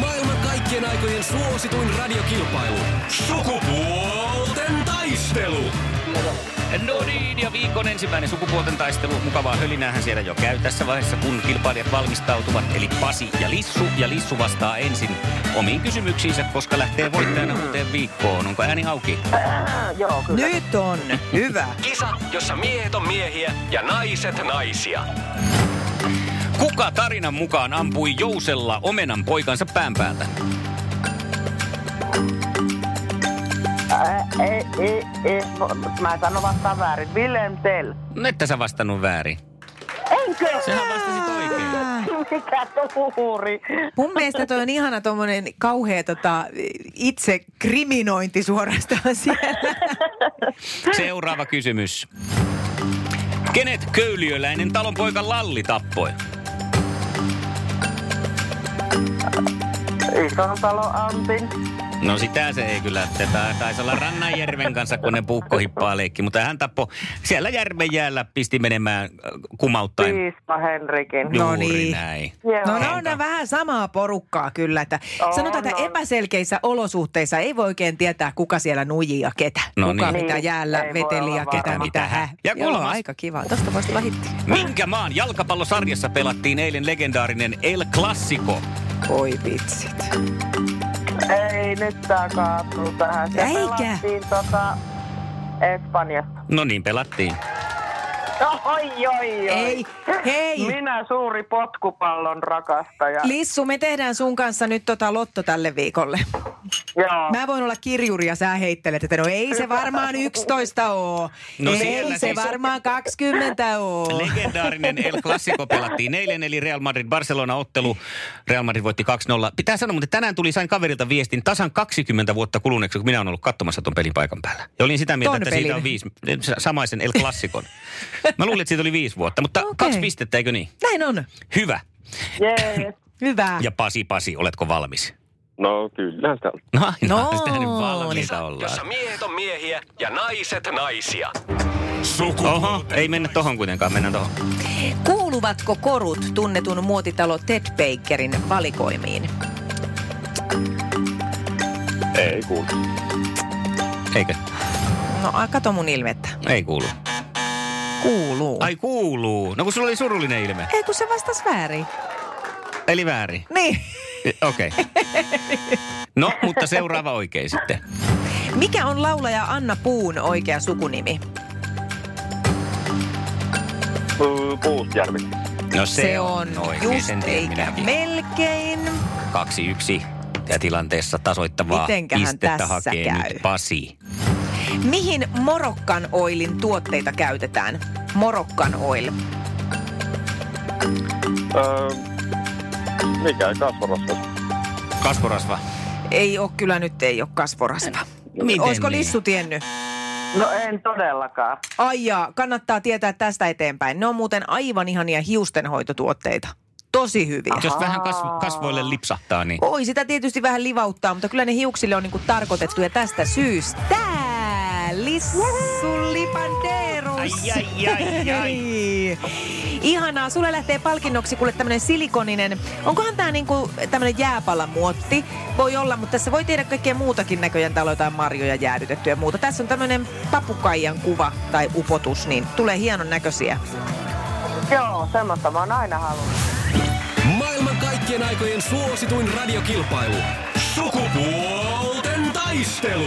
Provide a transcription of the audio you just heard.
Maailman kaikkien aikojen suosituin radiokilpailu. Sukupuolten taistelu. No niin, ja viikon ensimmäinen sukupuolten taistelu. Mukavaa hölinäähän siellä jo käy tässä vaiheessa, kun kilpailijat valmistautuvat. Eli Pasi ja Lissu, ja Lissu vastaa ensin omiin kysymyksiinsä, koska lähtee voittajana uuteen viikkoon. Onko ääni auki? Nyt on. Hyvä. Kisa, jossa miehet on miehiä ja naiset naisia. Kuka tarinan mukaan ampui jousella omenan poikansa pään päältä? Ää, ei, ei, ei. No, Mä- Mä sanon vastaan väärin. Willem Tell. No että sä vastannut väärin. Enkö? Sehän vastasit oikein. Mikä tuuri? Ah. Mun mielestä toi on ihana tommonen kauhea tota, itse kriminointi suorastaan siellä. Seuraava kysymys. Kenet köyliöläinen talonpoika Lalli tappoi? Ison talo Antin. No sitä se ei kyllä. Tätä taisi olla Rannanjärven kanssa, kun ne puukkohippaa leikki. Mutta hän tappoi siellä järven jäällä, pisti menemään äh, kumauttaen. Piispa Henrikin. Niin. No Juuri niin. näin. Joo. No ne on ne vähän samaa porukkaa kyllä. Että On, sanotaan, että on. epäselkeissä olosuhteissa ei voi oikein tietää, kuka siellä nuijii ja ketä. No kuka niin. mitä Niin, jäällä ei voi veteli olla ja ketä varma. mitä hä. Ja Joo, kolmas. aika kiva. Tosta vasta lähitti. Minkä maan jalkapallosarjassa pelattiin eilen legendaarinen El Clasico? Oi vitsit. Ei nyt tää kaatuu tähän. Se Eikä. pelattiin tota Espanjassa. No, No niin, pelattiin. Oi, oi, oi. Ei, hei. Minä suuri potkupallon rakastaja. Lissu, me tehdään sun kanssa nyt tota lotto tälle viikolle. Joo. Mä voin olla kirjuri ja sä heittelet, että no ei se varmaan 11 oo. No siellä ei se siis- varmaan 20 oo. Legendaarinen El Clasico pelattiin eilen, eli Real Madrid-Barcelona-ottelu. Real Madrid voitti 2-0. Pitää sanoa, mutta tänään tuli, sain kaverilta viestin tasan 20 vuotta kuluneeksi, kun minä olen ollut katsomassa ton pelin paikan päällä. Ja olin sitä mieltä, Ton että pelin. siitä on viisi, eh, samaisen El Clasicon. Mä luulin, että siitä oli viisi vuotta, mutta Okei. kaksi pistettä, eikö niin? Näin on. Hyvä. Jees. Hyvä. Ja Pasi, Pasi, oletko valmis? No kyllä sitä on. No, no No, sitä nyt niin. valmiita ollaan. Jossa miehet on miehiä ja naiset naisia. Oho, ei mennä tohon kuitenkaan, mennään tohon. Kuuluvatko korut tunnetun muotitalo Ted Bakerin valikoimiin? Ei kuulu. Eikö? No a, kato mun ilmettä. Ei kuulu. Kuuluu. Ai kuuluu. No kun sulla oli surullinen ilme. Ei kun se vastas väärin. Eli väärin. Niin. Eh, Okei. Okay. No, mutta seuraava oikein sitten. Mikä on laulaja Anna Puun oikea sukunimi? Öö, Puusjärvi. No just sen tiedän eikä minäkin. melkein. Kaksi yksi ja tilanteessa tasoittavaa Mitenköhän pistettä tässä hakee käy? nyt Pasi. Mihin Morokkan Oilin tuotteita käytetään? Morokkan Oil. Öö, mikä kasvaraskas? Kasvorasva. Ei ole kyllä nyt, ei ole kasvorasva. miten Olisiko niin? Lissu tiennyt? No en todellakaan. Ai jaa, kannattaa tietää tästä eteenpäin. Ne on muuten aivan ihania hiustenhoitotuotteita. Tosi hyviä. Jos vähän kasv- kasvoille lipsahtaa, niin Voi sitä tietysti vähän livauttaa, mutta kyllä ne hiuksille on niinku tarkoitettu ja tästä syystä Lissu Lipanderus. Ai, ai, ai, ai. Ihanaa, sulle lähtee palkinnoksi kuule tämmönen silikoninen, onkohan tää niinku tämmönen jääpalamuotti? Voi olla, mutta tässä voi tehdä kaikkea muutakin näköjään. Täällä on jotain marjoja jäädytettyä ja muuta. Tässä on tämmönen papukaijan kuva tai upotus, niin tulee hienon näköisiä. Joo, semmoista mä oon aina halunnut. Maailman kaikkien aikojen suosituin radiokilpailu. Sukupuolten taistelu.